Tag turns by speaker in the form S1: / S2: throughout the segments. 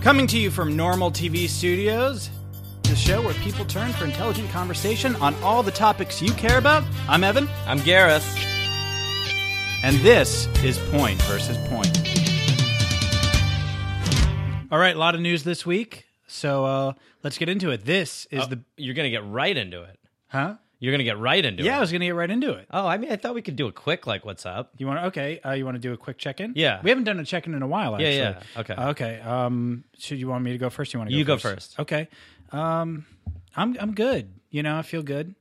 S1: Coming to you from Normal TV Studios, the show where people turn for intelligent conversation on all the topics you care about. I'm Evan,
S2: I'm Gareth.
S1: and this is Point versus Point. All right, a lot of news this week, so uh, let's get into it. This
S2: Uh,
S1: is the
S2: You're gonna get right into it.
S1: huh?
S2: You're gonna get right into
S1: Yeah, I
S2: it.
S1: was gonna get right into it.
S2: Oh, I mean, I thought we could do a quick like, what's up?
S1: You want to? Okay, uh, you want to do a quick check in?
S2: Yeah.
S1: we haven't done a check in in a while. Actually.
S2: yeah. Okay.
S1: Okay. Um, should you want me to go first? Or you want to? Go
S2: You go
S1: first?
S2: first.
S1: Okay. Um, I'm I'm good. You know, I feel good.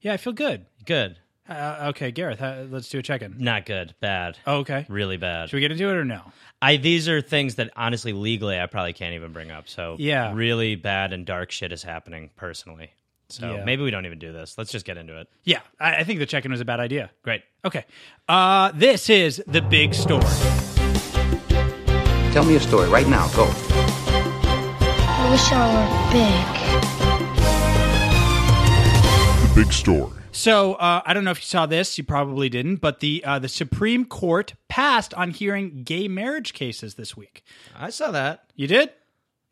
S1: Yeah, I feel good.
S2: Good.
S1: Uh, okay, Gareth, uh, let's do a check in.
S2: Not good. Bad.
S1: Oh, okay.
S2: Really bad.
S1: Should we get into it or no?
S2: I these are things that honestly legally I probably can't even bring up. So
S1: Yeah.
S2: really bad and dark shit is happening personally. So
S1: Yeah.
S2: maybe we don't even do this. Let's just get into it.
S1: Yeah, I, I think the check in was a bad idea.
S2: Great.
S1: Okay. Uh, this is the big story.
S3: Tell me a story right now. Go.
S4: I wish I were big.
S5: Big story.
S1: So uh, I don't know if you saw this. You probably didn't, but the uh, the Supreme Court passed on hearing gay marriage cases this week.
S2: I saw that.
S1: You did?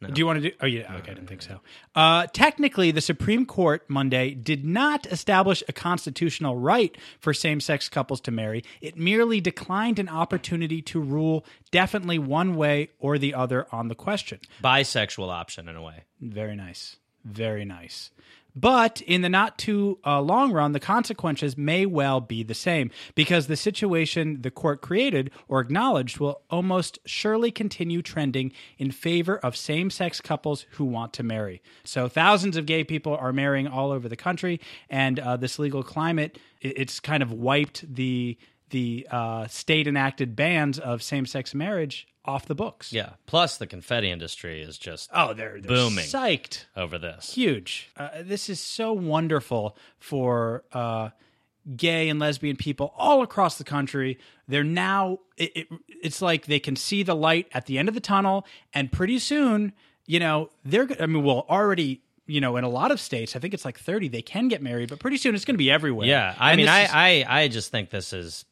S1: Do you want to do? Oh, yeah. Okay, I didn't think so. Uh, technically, the Supreme Court Monday did not establish a constitutional right for same sex couples to marry. It merely declined an opportunity to rule definitely one way or the other on the question.
S2: Bisexual option in a way.
S1: Very nice. Very nice. But in the not too uh, long run, the consequences may well be the same because the situation the court created or acknowledged will almost surely continue trending in favor of same sex couples who want to marry. So thousands of gay people are marrying all over the country, and uh, this legal climate, i- it's kind of wiped the the uh, state enacted bans of same sex marriage off the books.
S2: Yeah. Plus the confetti industry is just
S1: Oh, they're, they're
S2: Booming.
S1: psyched
S2: over this.
S1: huge. Uh, this is so wonderful for uh, gay and lesbian people all across the country. They're now it, it, it's like they can see the light at the end of the tunnel, and pretty soon, you know, they're. go- I mean, well, already. You know, in a lot of states, I think it's like 30, they can get married, but pretty soon it's going to be everywhere.
S2: Yeah, I
S1: And
S2: mean,
S1: this
S2: I,
S1: is-
S2: I, I just think this is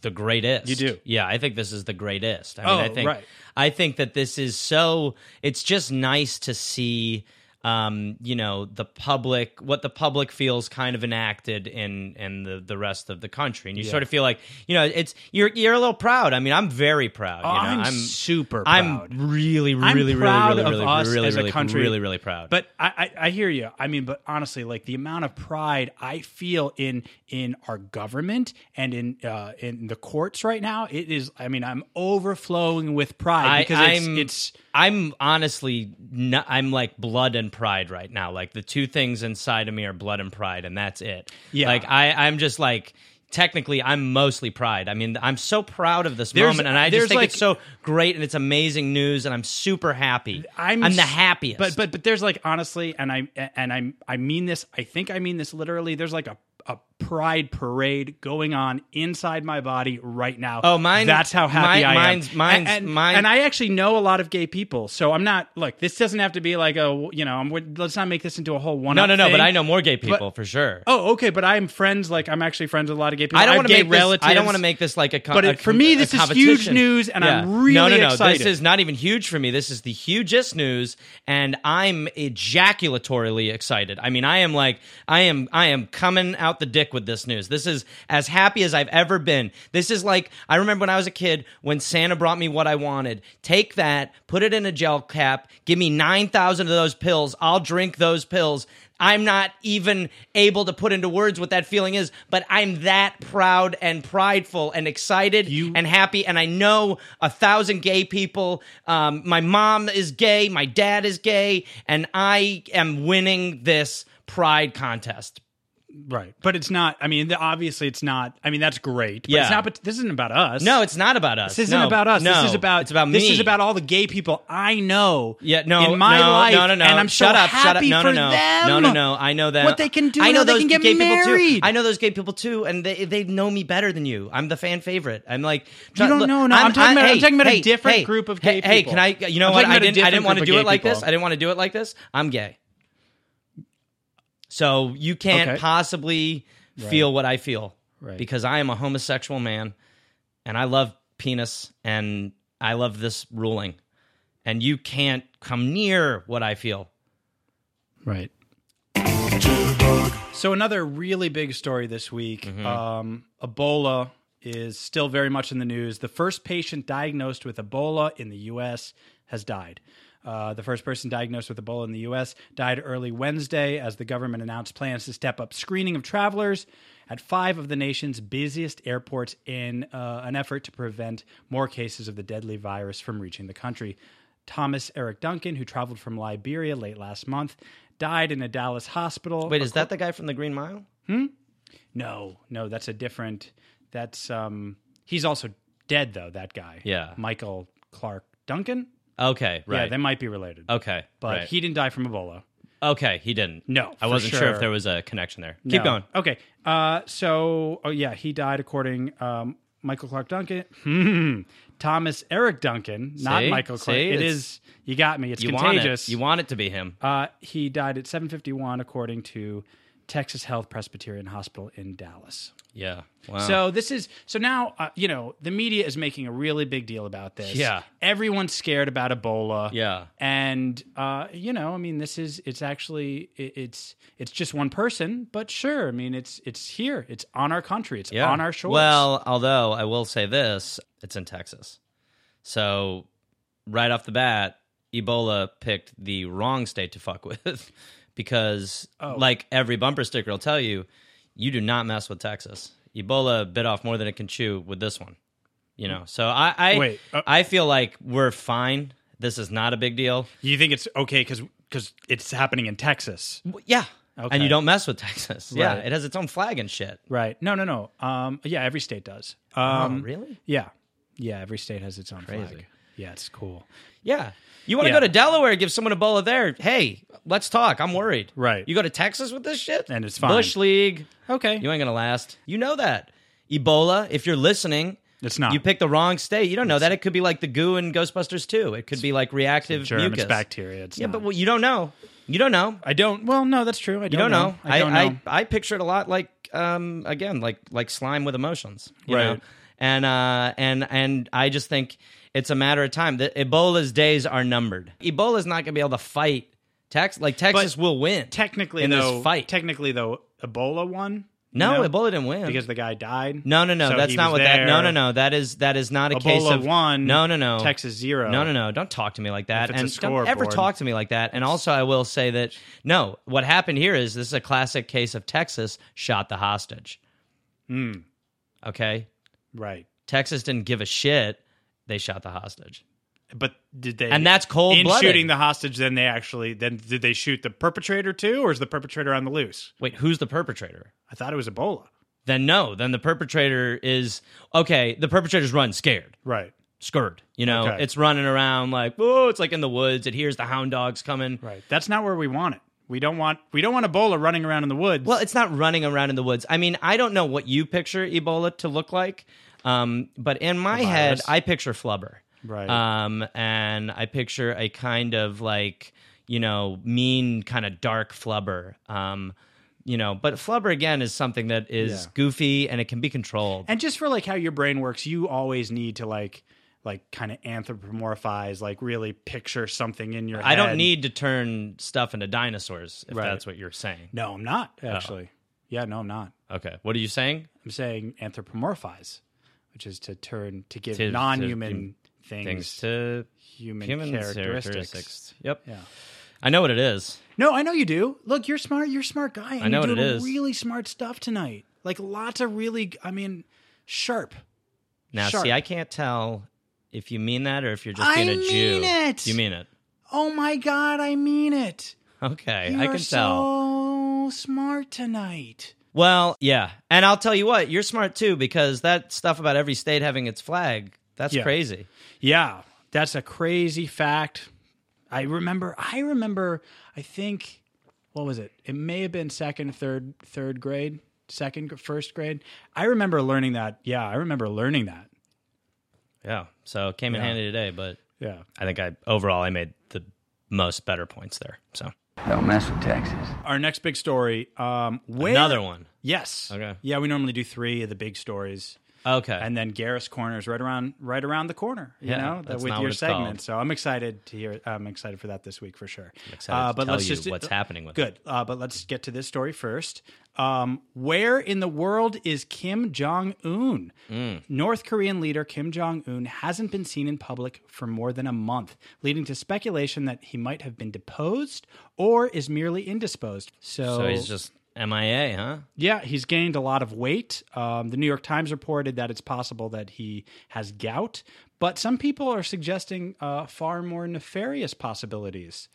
S2: the greatest.
S1: You do?
S2: yeah. I think this is the greatest. I mean,
S1: Oh,
S2: I think,
S1: right.
S2: I think that this is so. It's just nice to see, um, you know, the public, what the public feels, kind of enacted in in the the rest of the country, and you sort of feel like, you know, it's you're you're a little proud. I mean, I'm very proud. you
S1: Oh,
S2: know?
S1: I'm super proud.
S2: I'm really, really,
S1: I'm
S2: really,
S1: proud
S2: really,
S1: of
S2: really,
S1: us
S2: really,
S1: as a
S2: really,
S1: country.
S2: really, really proud.
S1: But I, I, I hear you. I mean, but honestly, like the amount of pride I feel in in our government and in uh, in the courts right now, it is. I mean, I'm overflowing with pride because it's,
S2: I'm,
S1: it's
S2: I'm honestly not, I'm like blood and pride right now. Like the two things inside of me are blood and pride, and that's it.
S1: Yeah.
S2: Like I I'm just like technically I'm mostly pride. I mean I'm so proud of this
S1: There's-
S2: moment, and I
S1: there's
S2: just think
S1: like-
S2: it's so great and it's amazing news, and I'm super happy.
S1: I'm
S2: the
S1: s-
S2: happiest.
S1: But but but there's like honestly, and I and I I mean this. I think I mean this literally. There's like a a pride parade going on inside my body right now.
S2: Oh, mine-
S1: That's how happy
S2: mine-
S1: I
S2: mine's-
S1: am.
S2: mine's-
S1: and, and-
S2: mine-
S1: and I actually know a lot of gay people, so I'm not like this. Doesn't have to be like a you know. I'm, we're- let's not make this into a whole one.
S2: no, no, no. But I know more gay people for sure.
S1: Oh, okay, but I'm friends. Like I'm actually friends with a lot of gay people.
S2: I don't
S1: want to
S2: make This, I don't want to make this like a. Com-
S1: But
S2: a
S1: it- for
S2: com-
S1: me,
S2: a
S1: this is
S2: competition.
S1: huge news, and I'm
S2: no,
S1: really
S2: no, no.
S1: excited.
S2: This is not even huge for me. This is the hugest news, and I'm ejaculatorily excited. I mean, I am like, I am, I am coming out the dick with this news. This is as happy as I've ever been. This is like I remember when I was a kid when Santa brought me what I wanted. Take that, put it in a gel cap, give me nine thousand of those pills. I'll drink those pills. I'm not even able to put into words what that feeling is, but I'm that proud and prideful and excited and happy. And I know a thousand gay people. Um, my mom is gay, my dad is gay, and I am winning this pride contest.
S1: right. But it's not. I mean, the- obviously, it's not. I mean, that's great. But
S2: Yeah.
S1: It's not. But this isn't about us.
S2: No, it's not about us.
S1: This isn't
S2: No,
S1: about us.
S2: No,
S1: this is about
S2: it's about me.
S1: This is about all the gay people I know.
S2: Yeah, no,
S1: in my
S2: no,
S1: life,
S2: no, no, no.
S1: and I'm
S2: shut
S1: so
S2: up, shut up.
S1: happy
S2: No,
S1: for
S2: no, no,
S1: them.
S2: no, no, no. I know that
S1: what they can do.
S2: I
S1: and
S2: know
S1: how they
S2: those
S1: can get
S2: gay
S1: married.
S2: people too. I know those gay people too, and they they know me better than you. I'm the fan favorite. I'm like
S1: You don't
S2: look,
S1: know, no, I'm talking about- I'm
S2: hey,
S1: talking about a
S2: hey,
S1: different
S2: hey,
S1: group of
S2: hey,
S1: gay
S2: Hey,
S1: people.
S2: can I? You know
S1: I'm
S2: what?
S1: talking
S2: I
S1: about a
S2: didn't. I didn't
S1: different
S2: want to
S1: group
S2: do
S1: of
S2: it
S1: gay
S2: like this.
S1: people.
S2: I didn't want to do it like this. I'm gay, so you can't
S1: Okay.
S2: possibly feel what I feel
S1: Right.
S2: because I am a homosexual man, and I love penis, and I love this ruling and you can't come near what I feel.
S1: Right. So another really big story this week. Um, Ebola is still very much in the news. The first patient diagnosed with Ebola in the U.S. has died. Uh, the first person diagnosed with Ebola in the U.S. died early Wednesday as the government announced plans to step up screening of travelers at five of the nation's busiest airports in uh, an effort to prevent more cases of the deadly virus from reaching the country. Thomas Eric Duncan, who traveled from Liberia late last month, died in a Dallas hospital.
S2: Wait, is that the guy from the Green Mile?
S1: No, no, that's a different. That's um. He's also dead though. That guy.
S2: Yeah.
S1: Michael Clark Duncan.
S2: Okay, right.
S1: Yeah, they might be related.
S2: okay,
S1: but
S2: right.
S1: he didn't die from Ebola.
S2: Okay, he didn't.
S1: No,
S2: I
S1: for
S2: wasn't sure.
S1: sure
S2: if there was a connection there.
S1: No.
S2: Keep going.
S1: Okay. Uh. So, oh yeah, he died according um Michael Clark Duncan. Hmm. Thomas Eric Duncan, not
S2: See?
S1: Michael Clark.
S2: See?
S1: it
S2: It's-
S1: is. You got me. It's
S2: You
S1: contagious.
S2: want it. You want it to be him.
S1: Uh, he died at 7:51, according to Texas Health Presbyterian Hospital in Dallas.
S2: Yeah. Wow.
S1: So this is so now uh, you know the media is making a really big deal about this.
S2: Yeah.
S1: everyone's scared about Ebola.
S2: Yeah.
S1: and uh, you know, I mean, this is it's actually it, it's it's just one person, but sure, I mean, it's it's here, it's on our country, it's on our shores.
S2: Well, although I will say this, it's in Texas. So right off the bat, Ebola picked the wrong state to fuck with because
S1: Oh.
S2: like every bumper sticker will tell you, you do not mess with Texas. Ebola bit off more than it can chew with this one. You know. So I I
S1: Wait, uh-
S2: I feel like we're fine. This is not a big deal.
S1: you think it's okay because because it's happening in Texas,
S2: W- Yeah.
S1: Okay.
S2: And you don't mess with Texas. Yeah.
S1: Right.
S2: It has its own flag and shit.
S1: right? No, no, no. Um, yeah, every state does. Um,
S2: oh, really?
S1: Yeah, yeah, every state has its own flag.
S2: Crazy.
S1: Yeah, it's cool.
S2: Yeah. You want to
S1: Yeah.
S2: go to Delaware, give someone a Ebola there. Hey, let's talk. I'm worried.
S1: Right.
S2: You go to Texas with this shit?
S1: And it's fine.
S2: Bush League.
S1: Okay,
S2: You ain't going to last. You know that. Ebola, if you're listening,
S1: it's not
S2: you picked the wrong state. You don't know that. It could be like the goo in Ghostbusters 2. It could be like reactive
S1: germ,
S2: mucus.
S1: it's bacteria. It's
S2: Yeah,
S1: not-
S2: but well, you don't know. You don't know.
S1: I don't. Well, no, that's true. I don't,
S2: You don't know.
S1: I don't
S2: I,
S1: know.
S2: I, picture it a lot like um again like like slime with emotions. You
S1: Right.
S2: Know? And uh and and I just think it's a matter of time. that Ebola's days are numbered. Ebola's not gonna be able to fight Texas like Texas will win.
S1: technically,
S2: in
S1: though,
S2: this fight.
S1: Technically, though, Ebola won. you
S2: no,
S1: know,
S2: Ebola didn't win.
S1: because the guy died.
S2: no, no, no.
S1: So
S2: that's
S1: he
S2: not
S1: was
S2: what that. No,
S1: there.
S2: no, no. That is that is not a case
S1: Ebola
S2: of
S1: won.
S2: No, no, no.
S1: Texas zero.
S2: No, no, no. Don't talk to me like that.
S1: Oh. If it's a
S2: And don't ever
S1: scoreboard.
S2: talk to me like that. And also, I will say that no, what happened here is this is a classic case of Texas shot the hostage.
S1: Hmm.
S2: Okay.
S1: Right,
S2: Texas didn't give a shit. They shot the hostage.
S1: but did they?
S2: And that's cold
S1: in
S2: blooded.
S1: shooting the hostage. Then they actually then did they shoot the perpetrator too, or is the perpetrator on the loose?
S2: Wait, who's the perpetrator?
S1: I thought it was Ebola.
S2: Then no. Then the perpetrator is okay. The perpetrator's run scared.
S1: Right,
S2: Scared. You know,
S1: Okay.
S2: it's running around like, oh, it's like in the woods. It hears the hound dogs coming.
S1: right. That's not where we want it. We don't want we don't want Ebola running around in the woods.
S2: Well, it's not running around in the woods. I mean, I don't know what you picture Ebola to look like, um, but in my head,
S1: virus.
S2: I picture flubber.
S1: Right.
S2: Um, and I picture a kind of like, you know, mean, kind of dark flubber. Um, you know, but flubber again is something that is
S1: Yeah.
S2: goofy and it can be controlled.
S1: and just for like how your brain works you always need to like like kind of anthropomorphize like really picture something in your
S2: I don't
S1: head.
S2: need to turn stuff into dinosaurs if
S1: Right.
S2: that's what you're saying.
S1: no i'm not
S2: Oh.
S1: actually yeah no i'm not
S2: Okay. What are you saying?
S1: i'm saying anthropomorphize which is to turn to give
S2: To- to
S1: non-human things,
S2: Things to
S1: human,
S2: human
S1: characteristics.
S2: characteristics. Yep.
S1: Yeah.
S2: I know what it is.
S1: no i know you do look you're smart you're a smart guy and
S2: know
S1: you're
S2: what it
S1: doing
S2: is.
S1: really smart stuff tonight like lots of really i mean sharp
S2: Now,
S1: Sharp.
S2: see, I can't tell if you mean that or if you're just
S1: I
S2: being a Jew.
S1: mean it.
S2: You mean it?
S1: oh my god i mean it
S2: Okay,
S1: you
S2: I
S1: are
S2: can
S1: so
S2: tell.
S1: smart tonight
S2: Well, yeah, and I'll tell you what, you're smart too because that stuff about every state having its flag—that's
S1: Yeah.
S2: crazy.
S1: Yeah, that's a crazy fact. I remember. I remember. I think. What was it? It may have been second, third, third grade, second, first grade. I remember learning that. Yeah, I remember learning that.
S2: Yeah, so it came in
S1: Yeah.
S2: handy today, but
S1: Yeah.
S2: I think I overall I made the most better points there. So
S3: Don't mess with Texas.
S1: Our next big story. Um, where,
S2: another one.
S1: Yes.
S2: Okay.
S1: Yeah, we normally do three of the big stories.
S2: Okay.
S1: and then Garris Corner is right around right around the corner. You
S2: Yeah,
S1: know, that-
S2: that's
S1: with
S2: not
S1: your
S2: what it's
S1: segment.
S2: called.
S1: So I'm excited to hear. I'm excited for that this week for sure. Uh,
S2: excited to tell you what's happening with
S1: good. Uh, but let's get to this story first. Um, where in the world is Kim Jong Un?
S2: Mm.
S1: North Korean leader Kim Jong Un hasn't been seen in public for more than a month, leading to speculation that he might have been deposed or is merely indisposed. So,
S2: So he's just MIA, huh?
S1: yeah, he's gained a lot of weight. Um, the New York Times reported that it's possible that he has gout, but some people are suggesting uh, far more nefarious possibilities.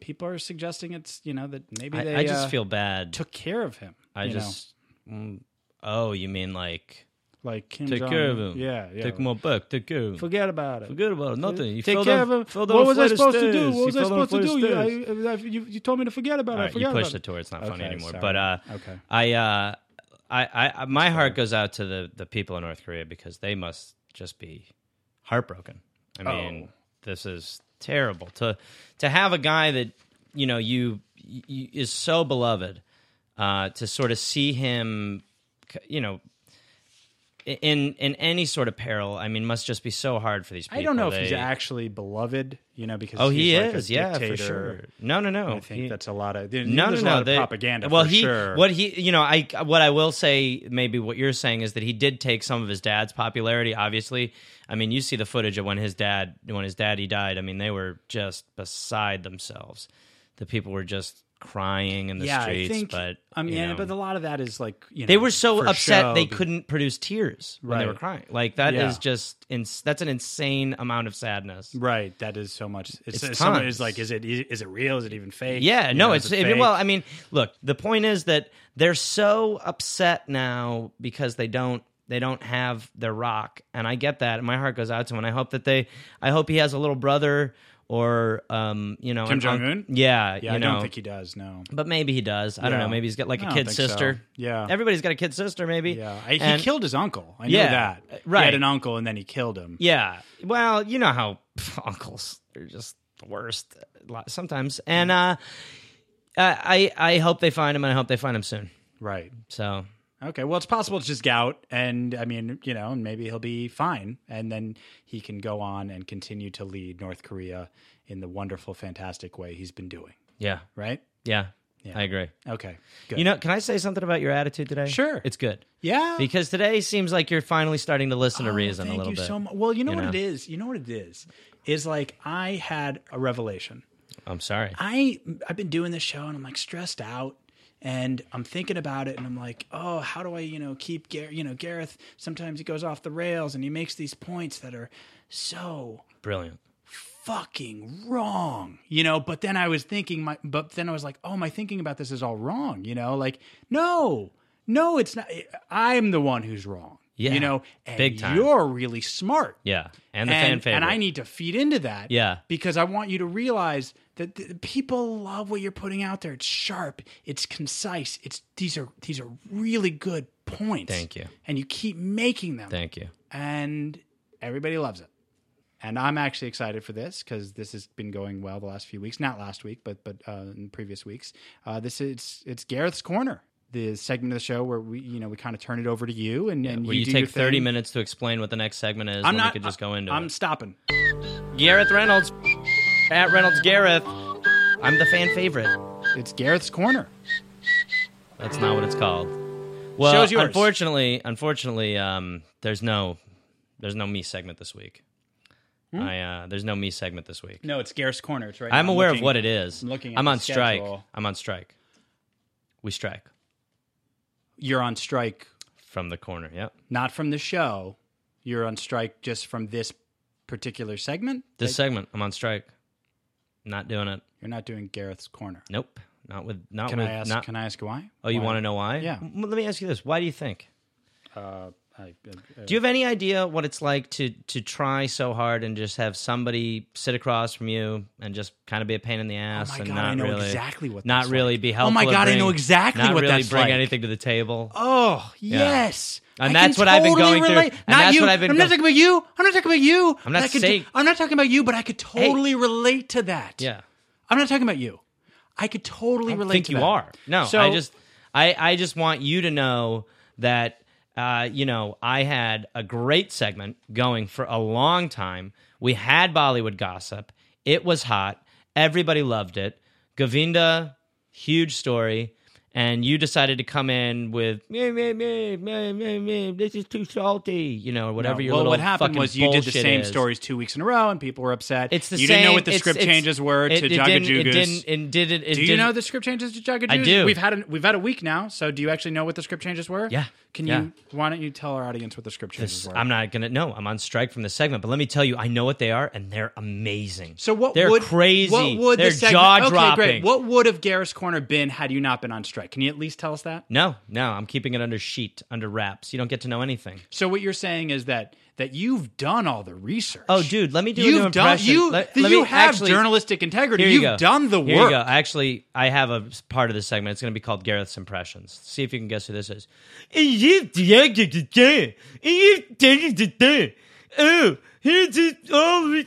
S1: People are suggesting it's you know that maybe
S2: I,
S1: they
S2: I just
S1: uh,
S2: feel bad.
S1: took care of him.
S2: I
S1: you know?
S2: just. Mm, oh, you mean like
S1: like Kim
S2: take
S1: Jong-
S2: care of him?
S1: Yeah, yeah.
S2: Take him all back. Take care of him.
S1: Forget about it.
S2: Forget about it. Nothing. You
S1: Take
S2: fell
S1: care
S2: down-
S1: of him.
S2: fell down
S1: What
S2: a
S1: was I
S2: flight of
S1: supposed to do?
S2: stairs.
S1: What was
S2: You
S1: I
S2: fell down a
S1: supposed to do?
S2: flight
S1: You,
S2: of stairs.
S1: I- I- you, you told me to forget about it. I
S2: All right,
S1: forgot
S2: you pushed
S1: about
S2: it to where it's not funny
S1: Okay,
S2: anymore.
S1: sorry.
S2: But uh,
S1: Okay.
S2: I, uh, I, I, I- my heart goes out to the the people in North Korea because they must just be heartbroken. I
S1: Oh.
S2: mean, this is terrible to to have a guy that you know you, you is so beloved uh, to sort of see him, you know. In in any sort of peril, I mean, must just be so hard for these people.
S1: I don't know if
S2: They-
S1: he's actually beloved, you know, because
S2: Oh,
S1: he's
S2: he
S1: like a
S2: is, yeah, for
S1: dictator.
S2: sure. No, no, no.
S1: I think
S2: He-
S1: that's a lot of there-
S2: no,
S1: there's
S2: no,
S1: a
S2: no,
S1: lot of
S2: they-
S1: propaganda.
S2: Well,
S1: for
S2: he,
S1: sure.
S2: what he, you know, I what I will say, maybe what you're saying is that he did take some of his dad's popularity. Obviously, I mean, you see the footage of when his dad, when his daddy died. I mean, they were just beside themselves. The people were just crying in the
S1: yeah,
S2: streets.
S1: I think.
S2: but
S1: I mean,
S2: you know,
S1: but a lot of that is like you know,
S2: they were so
S1: for
S2: upset
S1: show,
S2: they
S1: be-
S2: couldn't produce tears when they
S1: Right.
S2: were crying. Like that is
S1: Yeah.
S2: just ins- that's an insane amount of sadness.
S1: Right, that is so much. It's,
S2: It's
S1: someone
S2: tons.
S1: is like, is it is it real? Is it even fake?
S2: Yeah,
S1: You
S2: no,
S1: know,
S2: it's
S1: is
S2: I
S1: it
S2: mean,
S1: fake?
S2: well, I mean, look, the point is that they're so upset now because they don't they don't have their rock, and I get that, and my heart goes out to him, and I hope that they, I hope he has a little brother or, um, you know,
S1: Kim
S2: an unc-
S1: Jong-un?
S2: yeah,
S1: yeah,
S2: you
S1: I
S2: know,
S1: don't think he does. No,
S2: but maybe he does. I don't
S1: Yeah.
S2: know. Maybe he's got like
S1: I
S2: a
S1: don't
S2: kid
S1: think so.
S2: sister.
S1: Yeah.
S2: everybody's got a kid sister. Maybe.
S1: yeah, I, he
S2: And-
S1: killed his uncle. I
S2: Yeah,
S1: know that. he
S2: right.
S1: had an uncle and then he killed him.
S2: Yeah. Well, you know how uncles they're just the worst lo- sometimes, and
S1: Mm.
S2: uh, I I I hope they find him, and I hope they find him soon.
S1: Right.
S2: So
S1: Okay. Well, it's possible it's just gout, and I mean, you know, and maybe he'll be fine, and then he can go on and continue to lead North Korea in the wonderful, fantastic way he's been doing.
S2: yeah,
S1: Right.
S2: yeah, I agree.
S1: Okay. Good.
S2: You know, can I say something about your attitude today?
S1: Sure.
S2: it's good
S1: yeah.
S2: because today seems like you're finally starting to listen to
S1: Oh,
S2: reason
S1: thank
S2: a little
S1: you
S2: bit.
S1: So much. Well, you know
S2: you
S1: what it
S2: know?
S1: is. You know what it is. Is like I had a revelation.
S2: I'm sorry.
S1: I I've been doing this show and I'm like stressed out and I'm thinking about it and I'm like, oh, how do I you know keep Gar- you know Gareth? Sometimes he goes off the rails and he makes these points that are so
S2: Brilliant.
S1: fucking wrong you know but then i was thinking my but then i was like oh my thinking about this is all wrong you know like no no it's not i'm the one who's wrong
S2: Yeah.
S1: you know and
S2: Big time.
S1: you're really smart
S2: Yeah, and the fan favorite.
S1: and I need to feed into that.
S2: Yeah.
S1: Because I want you to realize that th- people love what you're putting out there. It's sharp. It's concise. It's these are these are really good points.
S2: Thank you.
S1: And you keep making them.
S2: Thank you.
S1: and everybody loves it. And I'm actually excited for this because this has been going well the last few weeks. Not last week, but but uh, in previous weeks. Uh, this is it's Gareth's corner, the segment of the show where we you know we kind of turn it over to you and, and
S2: Will
S1: you,
S2: you,
S1: do your
S2: take 30
S1: thing.
S2: minutes to explain what the next segment is?
S1: I'm
S2: and
S1: not.
S2: We could just go into
S1: I'm
S2: it.
S1: stopping.
S2: Gareth Reynolds at Reynolds Gareth. I'm the fan favorite.
S1: It's Gareth's corner.
S2: That's not what it's called. Well,
S1: Show's yours.
S2: unfortunately, unfortunately, um, there's no, there's no me segment this week.
S1: Hmm?
S2: I uh, there's no me segment this week.
S1: No, it's Gareth's corner. It's right.
S2: I'm
S1: now.
S2: aware of
S1: looking-
S2: what it is.
S1: I'm looking at
S2: I'm
S1: the
S2: on strike.
S1: schedule.
S2: I'm on strike. We strike
S1: You're on strike,
S2: from the corner. Yep.
S1: not from the show. You're on strike just from this particular segment.
S2: This segment, I'm on strike. Not doing it.
S1: You're not doing Gareth's corner.
S2: Nope. Not with. Not
S1: Can
S2: with.
S1: I ask?
S2: not.
S1: can I ask why?
S2: oh, you want to know why?
S1: Yeah.
S2: Well, let me ask you this. Why do you think?
S1: Uh, I, uh,
S2: Do you have any idea what it's like to to try so hard and just have somebody sit across from you and just kind of be a pain in the ass
S1: Oh my
S2: and
S1: God,
S2: not
S1: I know
S2: really
S1: exactly what
S2: not
S1: that's
S2: really
S1: like.
S2: be
S1: Oh
S2: helpful.
S1: my
S2: or
S1: God, I
S2: bring-
S1: know exactly
S2: not
S1: what
S2: really
S1: that's
S2: bring
S1: like.
S2: anything to the table.
S1: Oh yes,
S2: And
S1: I
S2: that's
S1: can
S2: what I've been
S1: totally
S2: going through.
S1: relate.
S2: And
S1: Not
S2: that's
S1: you.
S2: what I've been
S1: I'm not
S2: go-
S1: talking about you. I'm not talking about you.
S2: I'm not
S1: But I could
S2: saying-
S1: I'm not talking about you, but I could totally relate to that.
S2: Yeah.
S1: I'm not talking about you. I could totally
S2: I don't
S1: relate.
S2: think
S1: to
S2: you
S1: that.
S2: are. No,
S1: So-
S2: I just I I just want you to know that uh, you know, I had a great segment going for a long time. We had Bollywood gossip. It was hot. Everybody loved it. Govinda, huge story. And you decided to come in with meh, meh, meh, meh, meh, meh, this is too salty, you know, or whatever
S1: No.
S2: your
S1: well,
S2: little
S1: what happened
S2: fucking
S1: was you did the
S2: bullshit
S1: same
S2: is.
S1: stories two weeks in a row, and people were upset.
S2: It's the
S1: you
S2: same.
S1: didn't know what the
S2: it's-
S1: script
S2: it's-
S1: changes were
S2: it,
S1: to
S2: it
S1: Jaga
S2: didn't- It
S1: Jugas.
S2: didn't. It didn't. It
S1: Do you
S2: didn't-
S1: know the script changes to Jaga
S2: I
S1: Jugas?
S2: do.
S1: We've had a, we've had a week now, so do you actually know what the script changes were?
S2: Yeah.
S1: Can
S2: Yeah.
S1: you? Why don't you tell our audience what the script changes were?
S2: I'm not gonna. No, I'm on strike from this segment. But let me tell you, I know what they are, and they're amazing.
S1: so what
S2: They're
S1: would
S2: crazy.
S1: What would
S2: they're
S1: the segment,
S2: jaw dropping.
S1: Okay, great. What would have Garris Corner been had you not been on strike? Can you at least tell us that?
S2: No, no, I'm keeping it under sheet, under wraps. You don't get to know anything.
S1: So what you're saying is that that you've done all the research.
S2: Oh, dude, let me do a
S1: you've
S2: new
S1: done
S2: impression.
S1: you
S2: Let-
S1: that
S2: let
S1: you
S2: me
S1: have
S2: actually-
S1: journalistic integrity.
S2: Here
S1: you've
S2: you go.
S1: done the
S2: Here
S1: work.
S2: you go. Actually, I have a s- part of this segment. It's going to be called Gareth's impressions. See if you can guess who this is. Oh, here's it. Oh,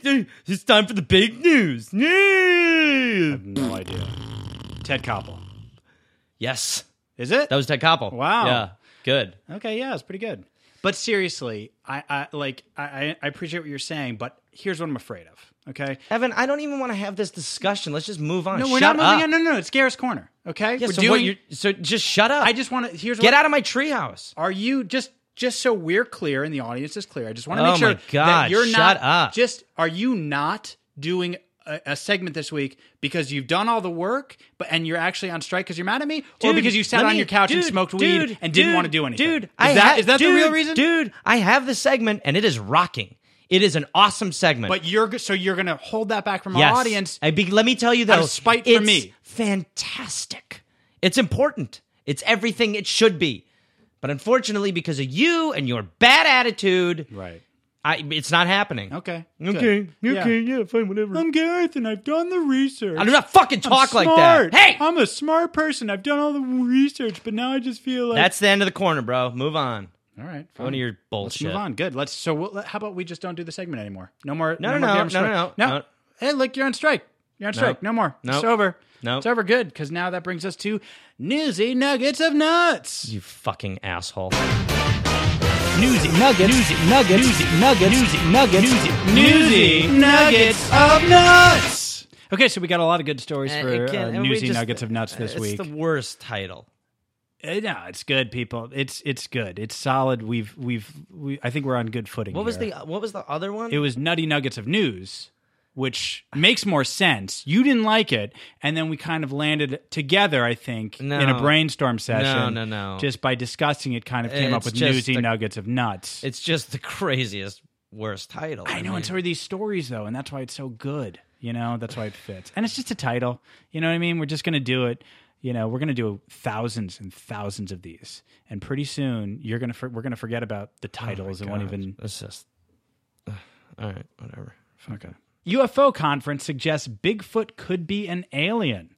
S2: it's time for the big news. Yeah.
S1: No idea. Ted Koppel.
S2: Yes,
S1: Is it?
S2: that was Ted Koppel.
S1: Wow.
S2: Yeah, good.
S1: okay, yeah, it's pretty good. But seriously, I, I like I, I- I appreciate what you're saying, but here's what I'm afraid of. Okay.
S2: Evan, I don't even want to have this discussion. Let's just move on.
S1: No, we're not
S2: Shut
S1: moving
S2: up.
S1: on. No, no, no. It's Garris Corner. Okay.
S2: Yeah,
S1: we're
S2: so, what
S1: doing.
S2: you're, so just shut up.
S1: I just want to. Here's
S2: get
S1: what,
S2: out of my treehouse.
S1: Are you just just so we're clear and the audience is clear? I just want to
S2: Oh
S1: make sure
S2: my God,
S1: that you're
S2: shut
S1: not
S2: up.
S1: just are you not doing a, a segment this week because you've done all the work, but and you're actually on strike because you're mad at me, or
S2: Dude,
S1: because you sat
S2: let
S1: on
S2: me-
S1: your couch and
S2: dude,
S1: smoked weed
S2: dude,
S1: and didn't
S2: dude,
S1: want to do anything.
S2: Dude,
S1: is
S2: I
S1: that
S2: ha-
S1: is that the real
S2: dude,
S1: reason?
S2: Dude, I have the segment and it is rocking. It is an awesome segment.
S1: But you're g- so you're gonna hold that back from
S2: yes.
S1: our audience.
S2: I be, let me tell you though,
S1: Out of spite for
S2: it's
S1: me.
S2: fantastic. It's important. It's everything it should be. But unfortunately, because of you and your bad attitude,
S1: Right.
S2: I, it's not happening.
S1: Okay.
S2: Okay.
S1: good.
S2: Okay.
S1: Yeah.
S2: Yeah. Fine. Whatever.
S1: I'm Gareth, and I've done the research.
S2: I do not fucking talk like
S1: smart.
S2: that. Hey,
S1: I'm a smart person. I've done all the research, but now I just feel like
S2: that's the end of the corner, bro. Move on.
S1: all right.
S2: Go to your
S1: Let's
S2: bullshit.
S1: move on. Good. Let's. So we'll, how about we just don't do the segment anymore? No more.
S2: No,
S1: no,
S2: no,
S1: more
S2: no,
S1: Gavin
S2: no, no,
S1: Strike.
S2: no,
S1: no.
S2: no.
S1: Hey, look, you're on strike. You're on strike. No more.
S2: Nope.
S1: It's over.
S2: Nope.
S1: It's over. Good, because now that brings us to newsy nuggets of nuts.
S2: You fucking asshole.
S1: Newsy nuggets. Newsy nuggets. Newsy nuggets. Newsy nuggets. Newsy, nuggets of nuts. Okay, so we got a lot of good stories
S2: Uh,
S1: for
S2: it
S1: uh,
S2: can't- we
S1: newsy
S2: just- uh,
S1: nuggets of nuts this
S2: it's
S1: week.
S2: the worst title.
S1: Uh, no, it's good, people. It's it's good. It's solid. We've we've we, I think we're on good footing.
S2: What was
S1: here.
S2: the What was the other one?
S1: it was nutty nuggets of news which makes more sense you didn't like it and then we kind of landed together i think
S2: No.
S1: in a brainstorm session
S2: No, no, no.
S1: just by discussing it kind of came up
S2: It's
S1: with
S2: just
S1: newsy
S2: the-
S1: nuggets of nuts
S2: it's just the craziest worst title.
S1: i know
S2: mean,
S1: and so are these stories though and that's why it's so good you know that's why it fits and it's just a title you know what i mean we're just gonna do it you know we're gonna do thousands and thousands of these and pretty soon you're gonna for, we're gonna forget about the titles and won't
S2: God,
S1: even
S2: It's just. all right. Whatever.
S1: Okay. UFO conference suggests Bigfoot could be an alien.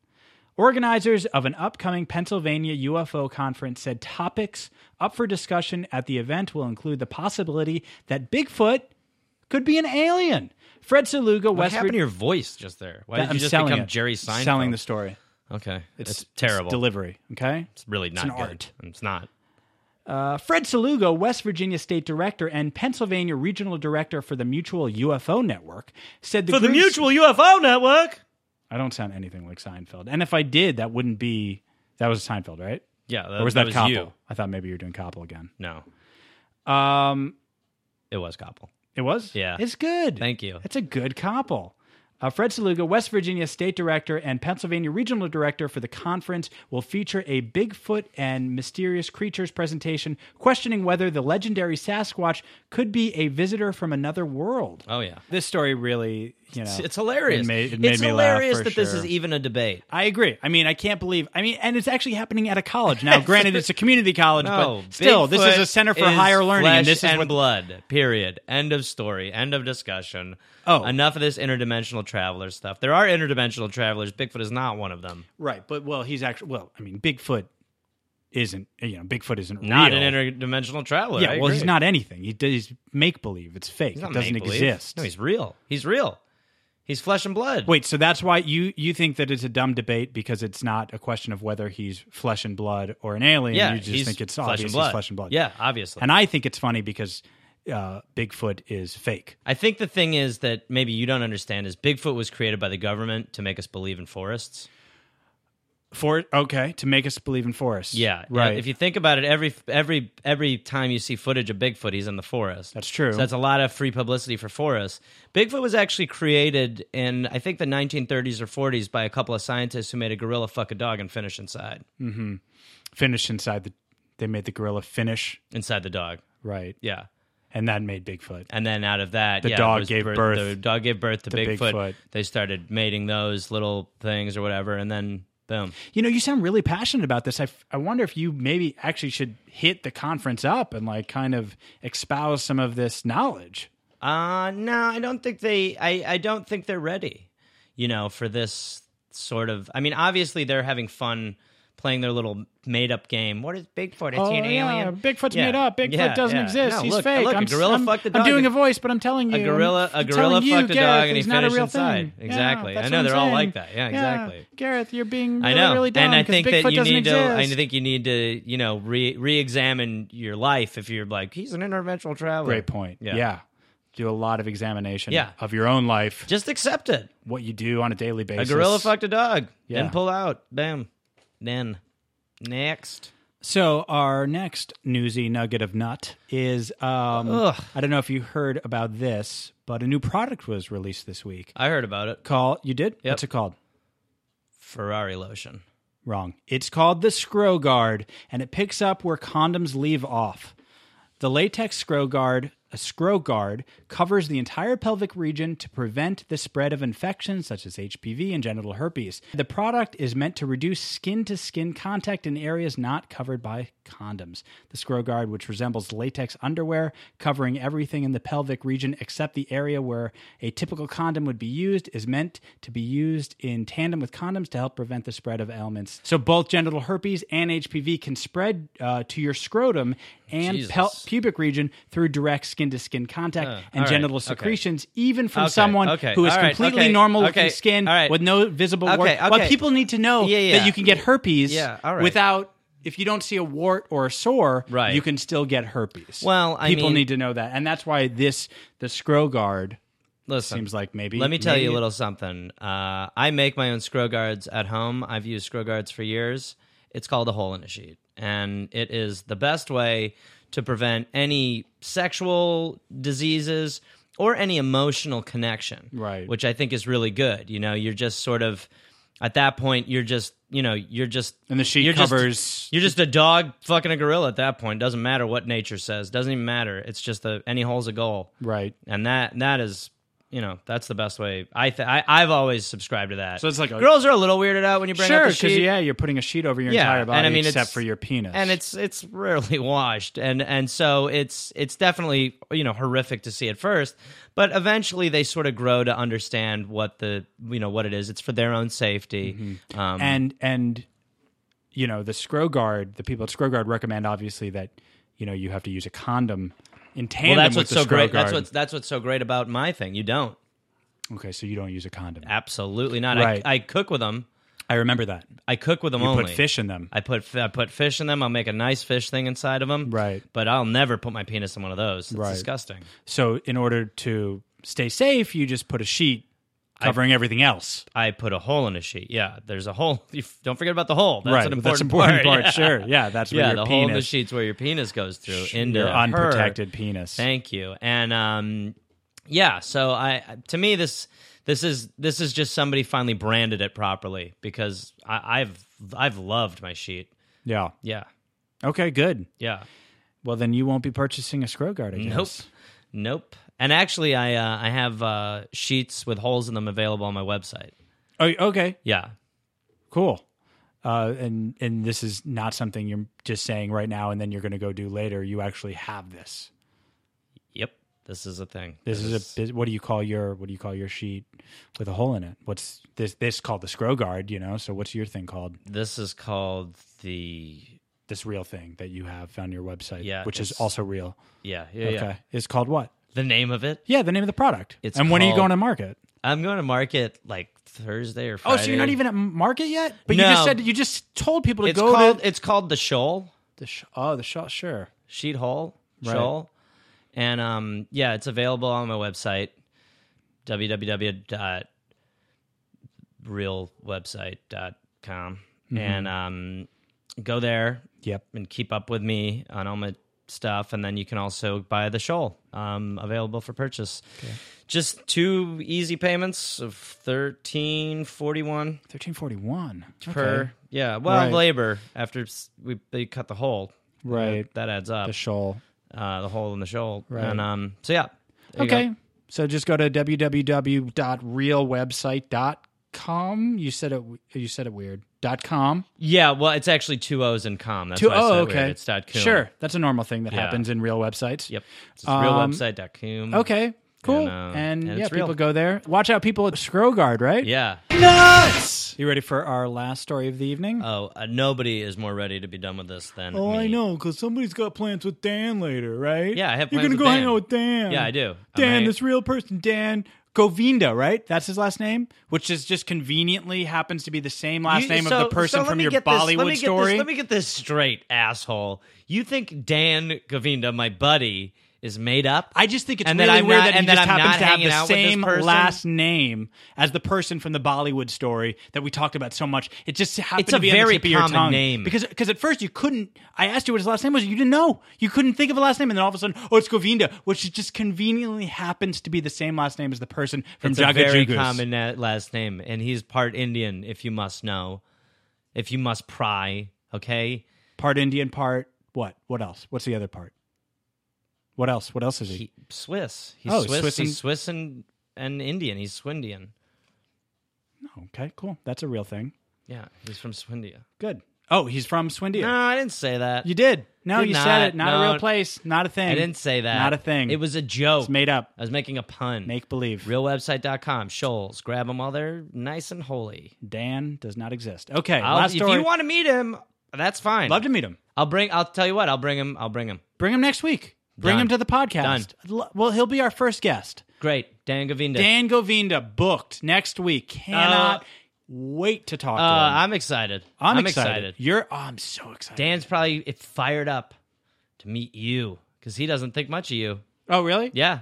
S1: Organizers of an upcoming Pennsylvania UFO conference said topics up for discussion at the event will include the possibility that Bigfoot could be an alien. Fred Saluga,
S2: What
S1: West
S2: happened
S1: Virginia.
S2: to your voice just there? Why did you just
S1: selling
S2: become
S1: it.
S2: Jerry Seinfeld?
S1: Selling the story.
S2: Okay. It's, terrible. Uh, It's,
S1: delivery. Okay.
S2: really not
S1: an
S2: good.
S1: art.
S2: It's not.
S1: Fred Salugo, West Virginia State Director and Pennsylvania Regional Director for the Mutual UFO Network, said the group's-
S2: UFO Network.
S1: I don't sound anything like Seinfeld. And if I did, that wouldn't be that was Seinfeld, right?
S2: Yeah. Uh, That,
S1: Or was that,
S2: was
S1: Koppel?
S2: you.
S1: I thought maybe you were doing Koppel again.
S2: No,
S1: Um,
S2: it was Koppel.
S1: it was.
S2: Yeah.
S1: it's good.
S2: Thank you.
S1: It's a good Koppel. Uh, Fred Saluga, West Virginia State Director and Pennsylvania Regional Director for the conference, will feature a Bigfoot and mysterious creatures presentation, questioning whether the legendary Sasquatch could be a visitor from another world.
S2: Oh yeah.
S1: This story really, you know,
S2: It's, it's hilarious.
S1: It made, it made
S2: it's
S1: me laugh
S2: hilarious
S1: for
S2: that this
S1: sure.
S2: is even a debate.
S1: I agree. I mean, I can't believe. I mean, and it's actually happening at a college now. Granted, it's a community college,
S2: No,
S1: but still, this is
S2: Oh, Bigfoot
S1: a center for
S2: is
S1: higher learning, and
S2: flesh
S1: this is what
S2: blood. Period. End of story. End of discussion.
S1: Oh.
S2: enough of this interdimensional traveler stuff. There are interdimensional travelers. Bigfoot is not one of them.
S1: right. But well, he's actually well. I mean, Bigfoot isn't. You know, Bigfoot isn't
S2: Not
S1: real.
S2: an interdimensional traveler.
S1: yeah,
S2: I
S1: well, he's
S2: agree.
S1: not anything. He, he's make believe. It's fake. It
S2: He's not
S1: doesn't
S2: make-believe.
S1: exist.
S2: No, he's real. He's real. He's flesh and blood.
S1: Wait, so that's why you you think that it's a dumb debate because it's not a question of whether he's flesh and blood or an alien.
S2: yeah,
S1: you just
S2: he's
S1: think it's
S2: flesh
S1: obvious
S2: and
S1: he's
S2: blood.
S1: flesh and blood.
S2: Yeah, obviously.
S1: and I think it's funny because uh, Bigfoot is fake.
S2: I think the thing is that maybe you don't understand is Bigfoot was created by the government to make us believe in forests.
S1: For okay, to make us believe in forests.
S2: Yeah,
S1: right.
S2: If you think about it, every every every time you see footage of Bigfoot, he's in the forest.
S1: That's true.
S2: So that's a lot of free publicity for forests. Bigfoot was actually created in I think the 1930s or 40s by a couple of scientists who made a gorilla fuck a dog and finish inside
S1: finish inside the. They made the gorilla finish
S2: inside the dog.
S1: right,
S2: Yeah.
S1: and that made Bigfoot.
S2: And then out of that,
S1: The
S2: yeah,
S1: dog
S2: was
S1: gave birth
S2: The dog gave birth to,
S1: to
S2: Bigfoot.
S1: Bigfoot.
S2: They started mating those little things or whatever, and then boom.
S1: You know, you sound really passionate about this. I, f- I wonder if you maybe actually should hit the conference up and like kind of espouse some of this knowledge.
S2: Uh no, I don't think they I, I don't think they're ready, you know, for this sort of I mean, obviously they're having fun playing their little made up game. What is Bigfoot? It's
S1: Oh,
S2: an
S1: yeah.
S2: alien.
S1: Bigfoot's
S2: Yeah.
S1: made up. Bigfoot
S2: Yeah,
S1: doesn't
S2: yeah.
S1: exist.
S2: No,
S1: He's
S2: look,
S1: fake.
S2: Look,
S1: I'm,
S2: a gorilla
S1: I'm-
S2: fucked the
S1: I'm
S2: dog.
S1: doing a voice, but I'm telling you.
S2: a
S1: I'm
S2: gorilla- a gorilla
S1: telling you,
S2: fucked a dog
S1: Gareth,
S2: and he
S1: he's not a
S2: finished
S1: real
S2: inside.
S1: thing. Yeah,
S2: Exactly. I
S1: that's
S2: know,
S1: what I'm
S2: they're all
S1: saying.
S2: like that. Yeah, exactly.
S1: Gareth, you're being
S2: I
S1: really,
S2: know,
S1: really dumb.
S2: and I
S1: 'cause
S2: think
S1: Bigfoot
S2: that you
S1: doesn't
S2: need to. I
S1: exist.
S2: think you need to, you know, re re-examine your life if you're like he's an interventional traveler.
S1: Great point.
S2: Yeah.
S1: Yeah. Do a lot of examination
S2: Yeah.
S1: of your own life,
S2: Just accept it.
S1: what you do on a daily
S2: A
S1: basis.
S2: gorilla fucked a dog. Then
S1: Yeah.
S2: pull out. Bam. Then next.
S1: So our next newsy nugget of nut is um,
S2: Ugh.
S1: I don't know if you heard about this, but a new product was released this week.
S2: I heard about it.
S1: Call you did? What's it called?
S2: Ferrari lotion.
S1: Wrong. It's called the Scrow Guard, and it picks up where condoms leave off. The latex scrow guard, a scrow guard, covers the entire pelvic region to prevent the spread of infections such as HPV and genital herpes. The product is meant to reduce skin to skin contact in areas not covered by condoms. The scrow guard, which resembles latex underwear, covering everything in the pelvic region except the area where a typical condom would be used, is meant to be used in tandem with condoms to help prevent the spread of ailments. So both genital herpes and HPV can spread uh, to your scrotum and
S2: Jesus.
S1: pel- pubic region through direct skin to skin contact
S2: all
S1: and
S2: right,
S1: genital
S2: okay.
S1: secretions, even from
S2: Okay,
S1: someone
S2: okay,
S1: who is
S2: all right,
S1: completely
S2: okay,
S1: normal looking
S2: okay,
S1: skin
S2: all right.
S1: with no visible
S2: Okay,
S1: wart.
S2: okay.
S1: But people need to know
S2: Yeah, yeah.
S1: that you can get herpes
S2: Yeah, all right.
S1: without. If you don't see a wart or a sore,
S2: Right.
S1: you can still get herpes.
S2: Well, I
S1: people
S2: mean-
S1: need to know that, and that's why this the scrow guard
S2: Listen.
S1: seems like maybe.
S2: Let me tell you a
S1: maybe-
S2: little something. Uh, I make my own scrow guards at home. I've used scrow guards for years. It's called a hole in a sheet, and it is the best way to prevent any sexual diseases or any emotional connection.
S1: Right.
S2: Which I think is really good. You know, you're just sort of at that point you're just you know you're just
S1: And the sheet
S2: you're just-
S1: covers-
S2: you're just a dog fucking a gorilla at that point doesn't matter what nature says doesn't even matter it's just a, any hole's a goal
S1: right.
S2: and that that is you know that's the best way i th- I, i've always subscribed to that
S1: So it's like a-
S2: girls are a little weirded out when you bring
S1: Sure,
S2: up the
S1: because
S2: sheet
S1: yeah, you're putting a sheet over your
S2: Yeah,
S1: entire
S2: and
S1: body
S2: I mean, it's-
S1: except for your penis,
S2: and it's it's rarely washed and and so it's it's definitely you know horrific to see at first but eventually they sort of grow to understand what the you know what it is it's for their own safety um,
S1: Mm-hmm. and and you know the scrow guard the people at scrow guard recommend obviously that you know you have to use a condom in tandem
S2: well that's
S1: with
S2: what's
S1: the
S2: so
S1: scrow
S2: great
S1: guard
S2: that's what's that's what's so great about my thing you don't
S1: okay so you don't use a condom
S2: Uh, absolutely not
S1: Right.
S2: I, I cook with them
S1: i remember that
S2: i cook with them
S1: you
S2: only
S1: put fish in them
S2: I put I put fish in them. I'll make a nice fish thing inside of them.
S1: Right.
S2: But I'll never put my penis in one of those. It's
S1: Right.
S2: disgusting.
S1: so in order to stay safe you just put a sheet covering everything else
S2: I put a hole in a sheet. Yeah. There's a hole. You f- don't forget about the hole. That's
S1: right
S2: an important,
S1: that's important part,
S2: part. Yeah.
S1: sure yeah that's where
S2: Yeah,
S1: your
S2: the
S1: penis
S2: hole in the sheet's where your penis goes through into
S1: your
S2: her.
S1: unprotected penis
S2: Thank you. And um, yeah. So I to me this this is this is just somebody finally branded it properly because I, I've I've loved my sheet.
S1: yeah
S2: Yeah.
S1: okay good
S2: Yeah.
S1: well then you won't be purchasing a scrow guard I guess.
S2: Nope. Nope. And actually, I uh, I have uh, sheets with holes in them available on my website.
S1: oh, okay
S2: Yeah.
S1: cool uh, and and this is not something you're just saying right now and then you're going to go do later you actually have this
S2: Yep. This is a thing.
S1: this is a bus- what do you call your what do you call your sheet with a hole in it what's this this called the scrow guard you know so what's your thing called
S2: this is called the
S1: this real thing that you have on your website
S2: Yeah,
S1: which is
S2: it's-
S1: also real
S2: yeah yeah, yeah.
S1: okay is called what
S2: the name of it.
S1: yeah the name of the product
S2: It's
S1: and when are you
S2: called-
S1: going to market
S2: Uh, I'm going to market like Thursday or
S1: Oh,
S2: Friday.
S1: so you're not even at market yet? But you
S2: No.
S1: just said you just told people to
S2: It's
S1: go
S2: called
S1: to
S2: it's called the Shoal
S1: the sh- oh the shot sure.
S2: Sheet Hole
S1: Right.
S2: Shoal, and um yeah, it's available on my website www.realwebsite.com
S1: Mm-hmm.
S2: and um go there
S1: Yep.
S2: and keep up with me on all my stuff. And then you can also buy the shawl um, available for purchase. Just two easy payments of thirteen forty one
S1: Thirteen forty one
S2: per. Yeah, well,
S1: Right.
S2: labor after s- we they cut the hole,
S1: right
S2: that adds up.
S1: the shawl.
S2: uh, the hole in the shawl,
S1: Right.
S2: and um, so yeah. there you go.
S1: Okay. So just go to www.realwebsite.com. You said it. You said it weird. Dot com.
S2: Yeah, well, it's actually two O's in com. That's
S1: To,
S2: why I said
S1: oh,
S2: it weird.
S1: okay.
S2: It's dot com.
S1: Sure, that's a normal thing that
S2: Yeah.
S1: happens in real websites.
S2: Yep. It's
S1: Um,
S2: realwebsite dot com.
S1: Okay. Cool.
S2: And, uh,
S1: And,
S2: and
S1: yeah,
S2: it's real.
S1: people go there. Watch out, people at Scrogard, right?
S2: Yeah.
S1: Nuts. You ready for our last story of the evening?
S2: Oh, uh, nobody is more ready to be done with this than
S1: Oh, I
S2: me.
S1: know, because somebody's got plans with Dan later, right?
S2: Yeah, I have
S1: You're
S2: plans
S1: gonna
S2: with
S1: go hang
S2: Dan.
S1: out with Dan.
S2: Yeah, I do. I
S1: Dan,
S2: might-
S1: this real person, Dan Govinda, right? That's his last name, which is just conveniently happens to be the same last
S2: You-
S1: name
S2: so-
S1: of the person
S2: so let
S1: from
S2: me
S1: your
S2: get this- let me
S1: Bollywood
S2: get this-
S1: story.
S2: let me get this straight, asshole. You think Dan Govinda, my buddy, is made up?
S1: I just think it's
S2: And that
S1: really
S2: I'm
S1: weird
S2: not-
S1: that he
S2: and that
S1: just
S2: I'm
S1: happens
S2: not
S1: to have
S2: hanging
S1: the
S2: out with this
S1: same
S2: person?
S1: last name as the person from the Bollywood story that we talked about so much. It just happened
S2: It's
S1: to
S2: a
S1: be on the
S2: very
S1: tip of your
S2: common
S1: tongue.
S2: name.
S1: because because at first you couldn't. I asked you what his last name was. You didn't know. You couldn't think of a last name, and then all of a sudden, oh, it's Govinda, which is just conveniently happens to be the same last name as the person from
S2: it's a
S1: Jaga
S2: very
S1: Jugus.
S2: common na- last name, and he's part Indian. If you must know, if you must pry, okay.
S1: Part Indian, part what? What else? What's the other part? What else? What else is he?
S2: He, Swiss. He's
S1: Oh,
S2: Swiss.
S1: Swiss and-
S2: he's Swiss and, and Indian. He's Swindian.
S1: Oh, okay, cool. That's a real thing.
S2: Yeah, he's from Swindia.
S1: Good. Oh, he's from Swindia.
S2: No, I didn't say that.
S1: You did. No,
S2: Did
S1: you
S2: not.
S1: said it. Not a
S2: No.
S1: real place. Not a thing.
S2: I didn't say that.
S1: Not a thing.
S2: It was a joke.
S1: It's made up.
S2: I was making a pun.
S1: Make believe.
S2: Realwebsite.com. Shoals. Grab them while they're nice and holy.
S1: Dan does not exist. Okay.
S2: I'll-
S1: last
S2: if
S1: story.
S2: you want to meet him, that's fine.
S1: love to meet him.
S2: I'll bring. I'll tell you what. I'll bring him. I'll bring him.
S1: Bring him next week. Bring
S2: Done.
S1: him to the podcast. L- Well, he'll be our first guest.
S2: Great, Dan Govinda.
S1: Dan Govinda booked next week. Cannot
S2: Uh,
S1: wait to talk
S2: uh,
S1: to him.
S2: I'm excited.
S1: I'm You're. Oh, I'm so excited.
S2: Dan's probably if fired up to meet you because he doesn't think much of you.
S1: Oh, really?
S2: Yeah,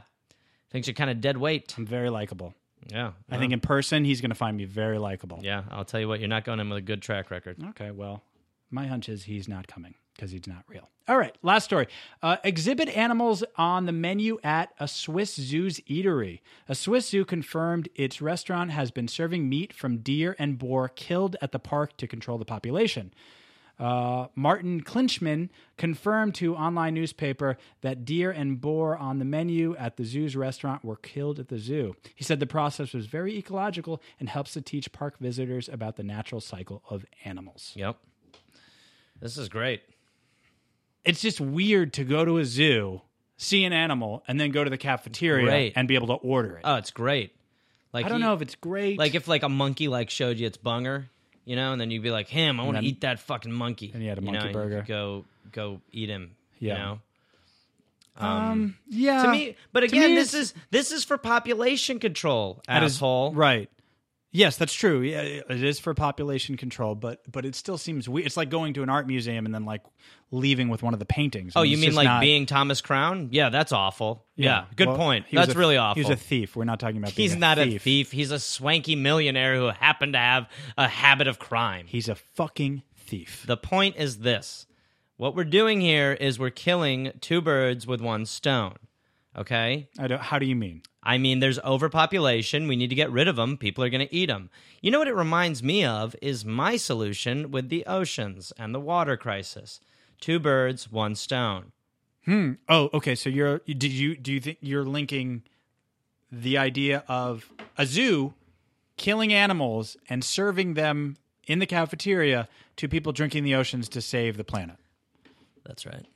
S2: thinks you're kind of dead weight.
S1: I'm very likable.
S2: Yeah, Uh,
S1: I think in person he's going to find me very likable.
S2: Yeah, I'll tell you what. You're not going in with a good track record.
S1: Okay, well, my hunch is he's not coming because he's not real. All right, last story. Uh, exhibit animals on the menu at a Swiss zoo's eatery. A Swiss zoo confirmed its restaurant has been serving meat from deer and boar killed at the park to control the population. Uh, Martin Clinchman confirmed to online newspaper that deer and boar on the menu at the zoo's restaurant were killed at the zoo. He said the process was very ecological and helps to teach park visitors about the natural cycle of animals.
S2: Yep. This is great.
S1: It's just weird to go to a zoo, see an animal, and then go to the cafeteria
S2: Great.
S1: and be able to order it.
S2: Oh, it's great. Like
S1: I don't
S2: you-
S1: know if it's great.
S2: like if like a monkey like showed you its bunger, you know, and then you'd be like, "Him, I want to eat that fucking monkey." And
S1: you had a monkey burger.
S2: Go, go eat him.
S1: Yeah.
S2: You know?
S1: yeah,
S2: To me, but again,
S1: me
S2: this is this is for population control,
S1: That is-
S2: asshole.
S1: right. Yes, that's true. Yeah, it is for population control, but but it still seems weird. It's like going to an art museum and then like leaving with one of the paintings.
S2: Oh,
S1: I
S2: you
S1: it's
S2: mean
S1: just
S2: like
S1: not-
S2: being Thomas Crown? Yeah, that's awful. Yeah, good
S1: Well,
S2: point.
S1: he was
S2: That's
S1: a-
S2: really awful.
S1: He was a thief. We're not talking about.
S2: He's
S1: being
S2: not
S1: a thief.
S2: a thief. He's a swanky millionaire who happened to have a habit of crime.
S1: He's a fucking thief.
S2: The point is this what we're doing here is we're killing two birds with one stone. Okay?
S1: I don't, how do you mean?
S2: I mean, there's overpopulation. We need to get rid of them. People are going to eat them. You know what it reminds me of is my solution with the oceans and the water crisis. Two birds, one stone.
S1: Oh, okay. So you're you- did you do you think you're linking the idea of a zoo killing animals and serving them in the cafeteria to people drinking the oceans to save the planet?
S2: That's right.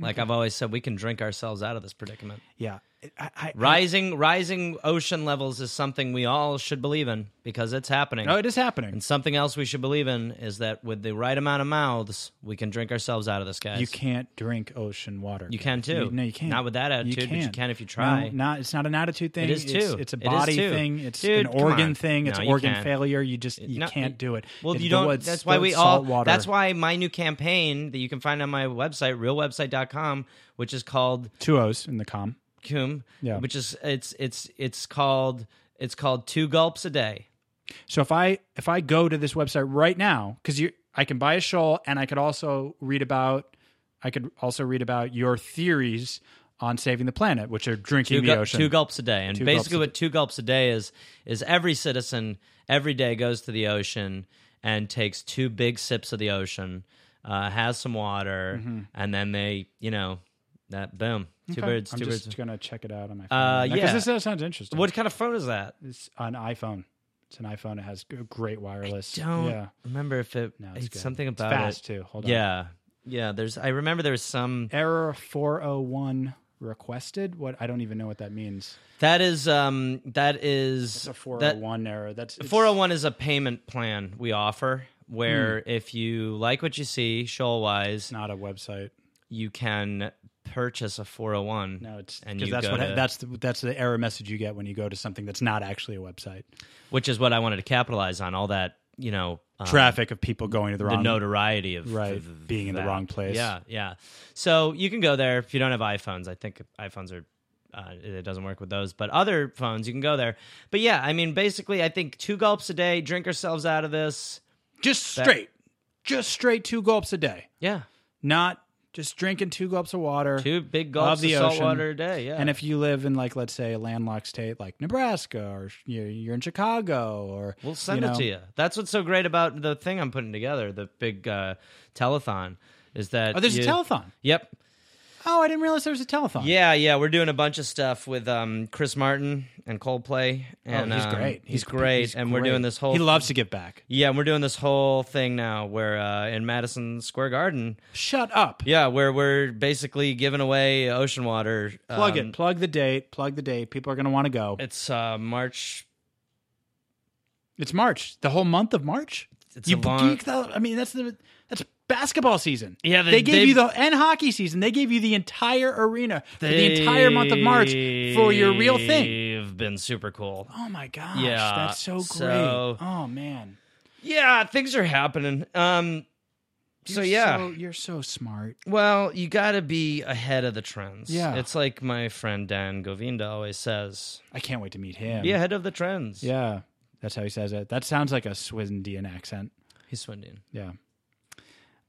S2: Like I've always said, we can drink ourselves out of this predicament.
S1: Yeah. I, I,
S2: Rising rising ocean levels is something we all should believe in because it's happening.
S1: oh, it is happening.
S2: And something else we should believe in is that with the right amount of mouths, we can drink ourselves out of this, guys.
S1: You can't drink ocean water.
S2: You can too.
S1: no, you can't.
S2: Not with that attitude, but you can if you
S1: No,
S2: try.
S1: not, it's not an attitude thing.
S2: It is
S1: It's,
S2: too.
S1: it's a
S2: It is
S1: body
S2: too.
S1: thing. It's
S2: Dude,
S1: an
S2: come
S1: organ
S2: on.
S1: thing. It's
S2: No, you
S1: organ
S2: can't.
S1: failure. You just you
S2: No,
S1: can't do it.
S2: Well,
S1: It's
S2: you
S1: the
S2: don't.
S1: woods,
S2: that's why
S1: the
S2: we all.
S1: salt water.
S2: That's why my new campaign that you can find on my website, realwebsite.com, which is called
S1: two O's in the com.
S2: Coom,
S1: Yeah.
S2: which is it's it's it's called it's called two gulps a day.
S1: So if I if I go to this website right now, because you I can buy a shawl and I could also read about I could also read about your theories on saving the planet, which are drinking
S2: Two,
S1: the
S2: gul-
S1: ocean.
S2: two gulps a day, and
S1: Two gulps
S2: basically
S1: a
S2: what two gulps a day is is every citizen every day goes to the ocean and takes two big sips of the ocean, uh, has some water, and then they you know that boom two
S1: Mm-hmm. Okay.
S2: birds
S1: I'm
S2: two
S1: just
S2: birds.
S1: gonna check it out on my phone.
S2: Uh, yeah.
S1: because this, this sounds interesting.
S2: What kind of phone is that?
S1: It's an iPhone. It's an iPhone. It has g- great wireless.
S2: don't
S1: Yeah.
S2: remember if it
S1: No,
S2: it's
S1: it's good.
S2: something
S1: It's
S2: about
S1: fast
S2: it.
S1: too. Hold on.
S2: Yeah, yeah. There's I remember there was some
S1: Error 401 requested. What I don't even know what that means.
S2: that is um that is
S1: It's a 401 error. That's it's-
S2: 401 is a payment plan we offer where
S1: Hmm.
S2: if you like what you see shoal wise
S1: It's not a website.
S2: you can purchase a 401
S1: No, it's
S2: And
S1: because
S2: you
S1: that's
S2: go
S1: what
S2: to-
S1: that's the, that's the error message you get when you go to something that's not actually a website.
S2: which is what I wanted to capitalize on all that you know um,
S1: Traffic of people going to the
S2: the
S1: wrong.
S2: notoriety of
S1: Right,
S2: of- of
S1: being in the
S2: that.
S1: wrong place.
S2: Yeah, yeah. So you can go there if you don't have iPhones. I think iPhones are uh, it doesn't work with those, but other phones you can go there. But yeah, I mean, basically, I think two gulps a day, drink ourselves out of this.
S1: just straight, just straight two gulps a day,
S2: Yeah,
S1: not just drinking two gulps of water.
S2: two big gulps
S1: Of
S2: of,
S1: the
S2: salt
S1: ocean.
S2: water a day. Yeah,
S1: And if you live in like let's say a landlocked state like Nebraska or you're, you're in Chicago or
S2: We'll send
S1: know,
S2: it to you. That's what's so great about the thing I'm putting together, the big uh, telethon, is that
S1: Oh, there's
S2: you-
S1: a telethon.
S2: Yep.
S1: Oh, I didn't realize there was a telethon.
S2: Yeah, yeah, we're doing a bunch of stuff with um, Chris Martin and Coldplay, and
S1: oh, he's
S2: um,
S1: great.
S2: he's, great, and we're
S1: great.
S2: doing this whole.
S1: He loves to give back.
S2: Yeah, and we're doing this whole thing now where uh, in Madison Square Garden.
S1: Shut up.
S2: Yeah, where we're basically giving away ocean water.
S1: Plug
S2: um,
S1: it. Plug the date. Plug the date. People are going to want to go.
S2: It's uh, March.
S1: It's March. The whole month of March.
S2: It's
S1: you
S2: a long-
S1: geeked out. I mean, that's the that's basketball season.
S2: Yeah,
S1: they,
S2: they-
S1: gave
S2: they-
S1: you the and hockey season. They gave you the entire arena for the entire month of March for your real thing.
S2: They've been super cool.
S1: Oh my gosh,
S2: Yeah,
S1: that's so great.
S2: so-
S1: oh man,
S2: Yeah, things are happening. Um, so
S1: You're
S2: yeah.
S1: you're so smart.
S2: Well, you got to be ahead of the trends.
S1: Yeah.
S2: It's like my friend Dan Govinda always says
S1: I can't wait to meet him.
S2: be ahead of the trends.
S1: yeah, that's how he says it. That sounds like a Swindian accent.
S2: He's Swindon.
S1: Yeah.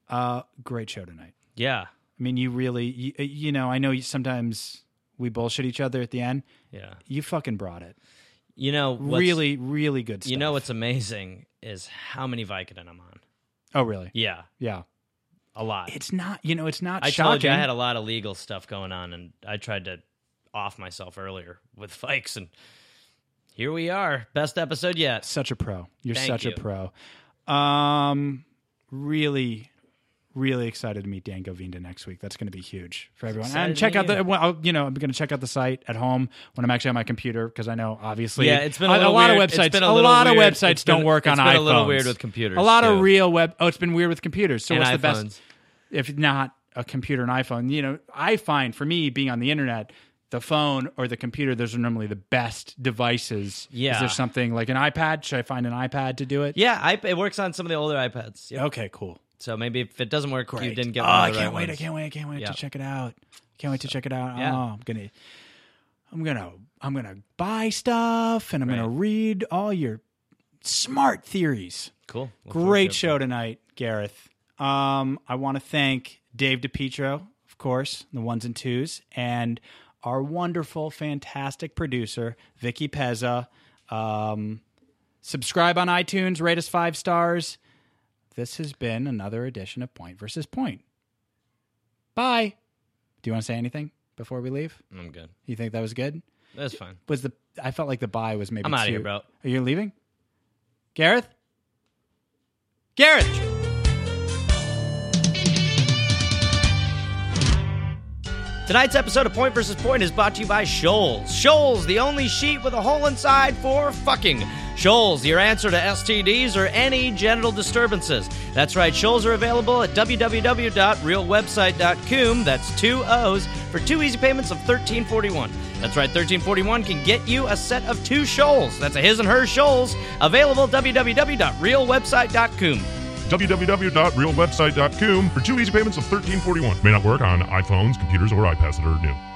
S1: Uh, great show tonight.
S2: Yeah.
S1: I mean, you really, you, you know, I know you, sometimes we bullshit each other at the end.
S2: Yeah.
S1: You fucking brought it.
S2: You know, what's,
S1: really, really good stuff.
S2: you know what's amazing is how many Vicodin I'm on.
S1: Oh, really?
S2: Yeah.
S1: Yeah.
S2: A lot.
S1: It's not, you know, it's not
S2: I
S1: shocking.
S2: told you I had a lot of legal stuff going on and I tried to off myself earlier with Fikes and here we are. Best episode yet.
S1: such a pro. You're
S2: Thank
S1: such
S2: you.
S1: a pro. Um, really, really excited to meet Dan Govinda next week. That's going to be huge for everyone.
S2: excited
S1: And
S2: to
S1: check
S2: meet
S1: out the,
S2: you.
S1: well, I'll- you know, I'm going to check out the site at home when I'm actually on my computer because I know obviously
S2: Yeah, it's been a
S1: a,
S2: little
S1: lot
S2: weird.
S1: of
S2: It's
S1: websites.
S2: been a
S1: a,
S2: little
S1: lot of
S2: weird.
S1: websites
S2: It's
S1: don't
S2: been-
S1: work on
S2: it's been
S1: iPhones.
S2: a little weird with computers,
S1: A lot of
S2: too.
S1: real web. Oh, it's been weird with computers. So
S2: And
S1: what's the
S2: iPhones.
S1: best? if not a computer and iPhone, you know, I find for me being on the internet, the phone or the computer, those are normally the best devices.
S2: Yeah.
S1: Is there something like an iPad? Should I find an iPad to do it?
S2: Yeah, I, it works on some of the older iPads. Yeah.
S1: Okay, cool.
S2: So maybe if it doesn't work, you
S1: Great.
S2: didn't get
S1: Oh,
S2: one
S1: I
S2: of the
S1: can't
S2: right
S1: wait. I
S2: ones.
S1: can't wait. I can't wait
S2: Yeah.
S1: to check it out. Can't wait to check it out.
S2: yeah.
S1: Oh, I'm gonna I'm gonna I'm gonna buy stuff and I'm gonna read all your smart theories.
S2: Cool. Look forward to
S1: Great
S2: it.
S1: show tonight, Gareth. Um, I want to thank Dave DePietro, of course, the ones and twos, and our wonderful, fantastic producer, Vicky Pezza. Um, subscribe on iTunes, rate us five stars. This has been another edition of Point versus Point. Bye. Do you want to say anything before we leave?
S2: I'm good.
S1: You think that was good?
S2: That's fine.
S1: Was the I felt like the bye was maybe
S2: I'm outta
S1: too-
S2: here, bro.
S1: Are you leaving? Gareth? Gareth!
S2: Tonight's episode of Point versus Point is brought to you by Shoals. Shoals, the only sheet with a hole inside for fucking. Shoals, your answer to STDs or any genital disturbances. That's right, Shoals are available at www.realwebsite.com. That's two O's for two easy payments of thirteen forty-one. That's right, thirteen forty-one can get you a set of two Shoals. That's a his and her Shoals. Available www.realwebsite.com.
S5: www.realwebsite.com for two easy payments of 1341. May not work on iPhones, computers, or iPads that are new.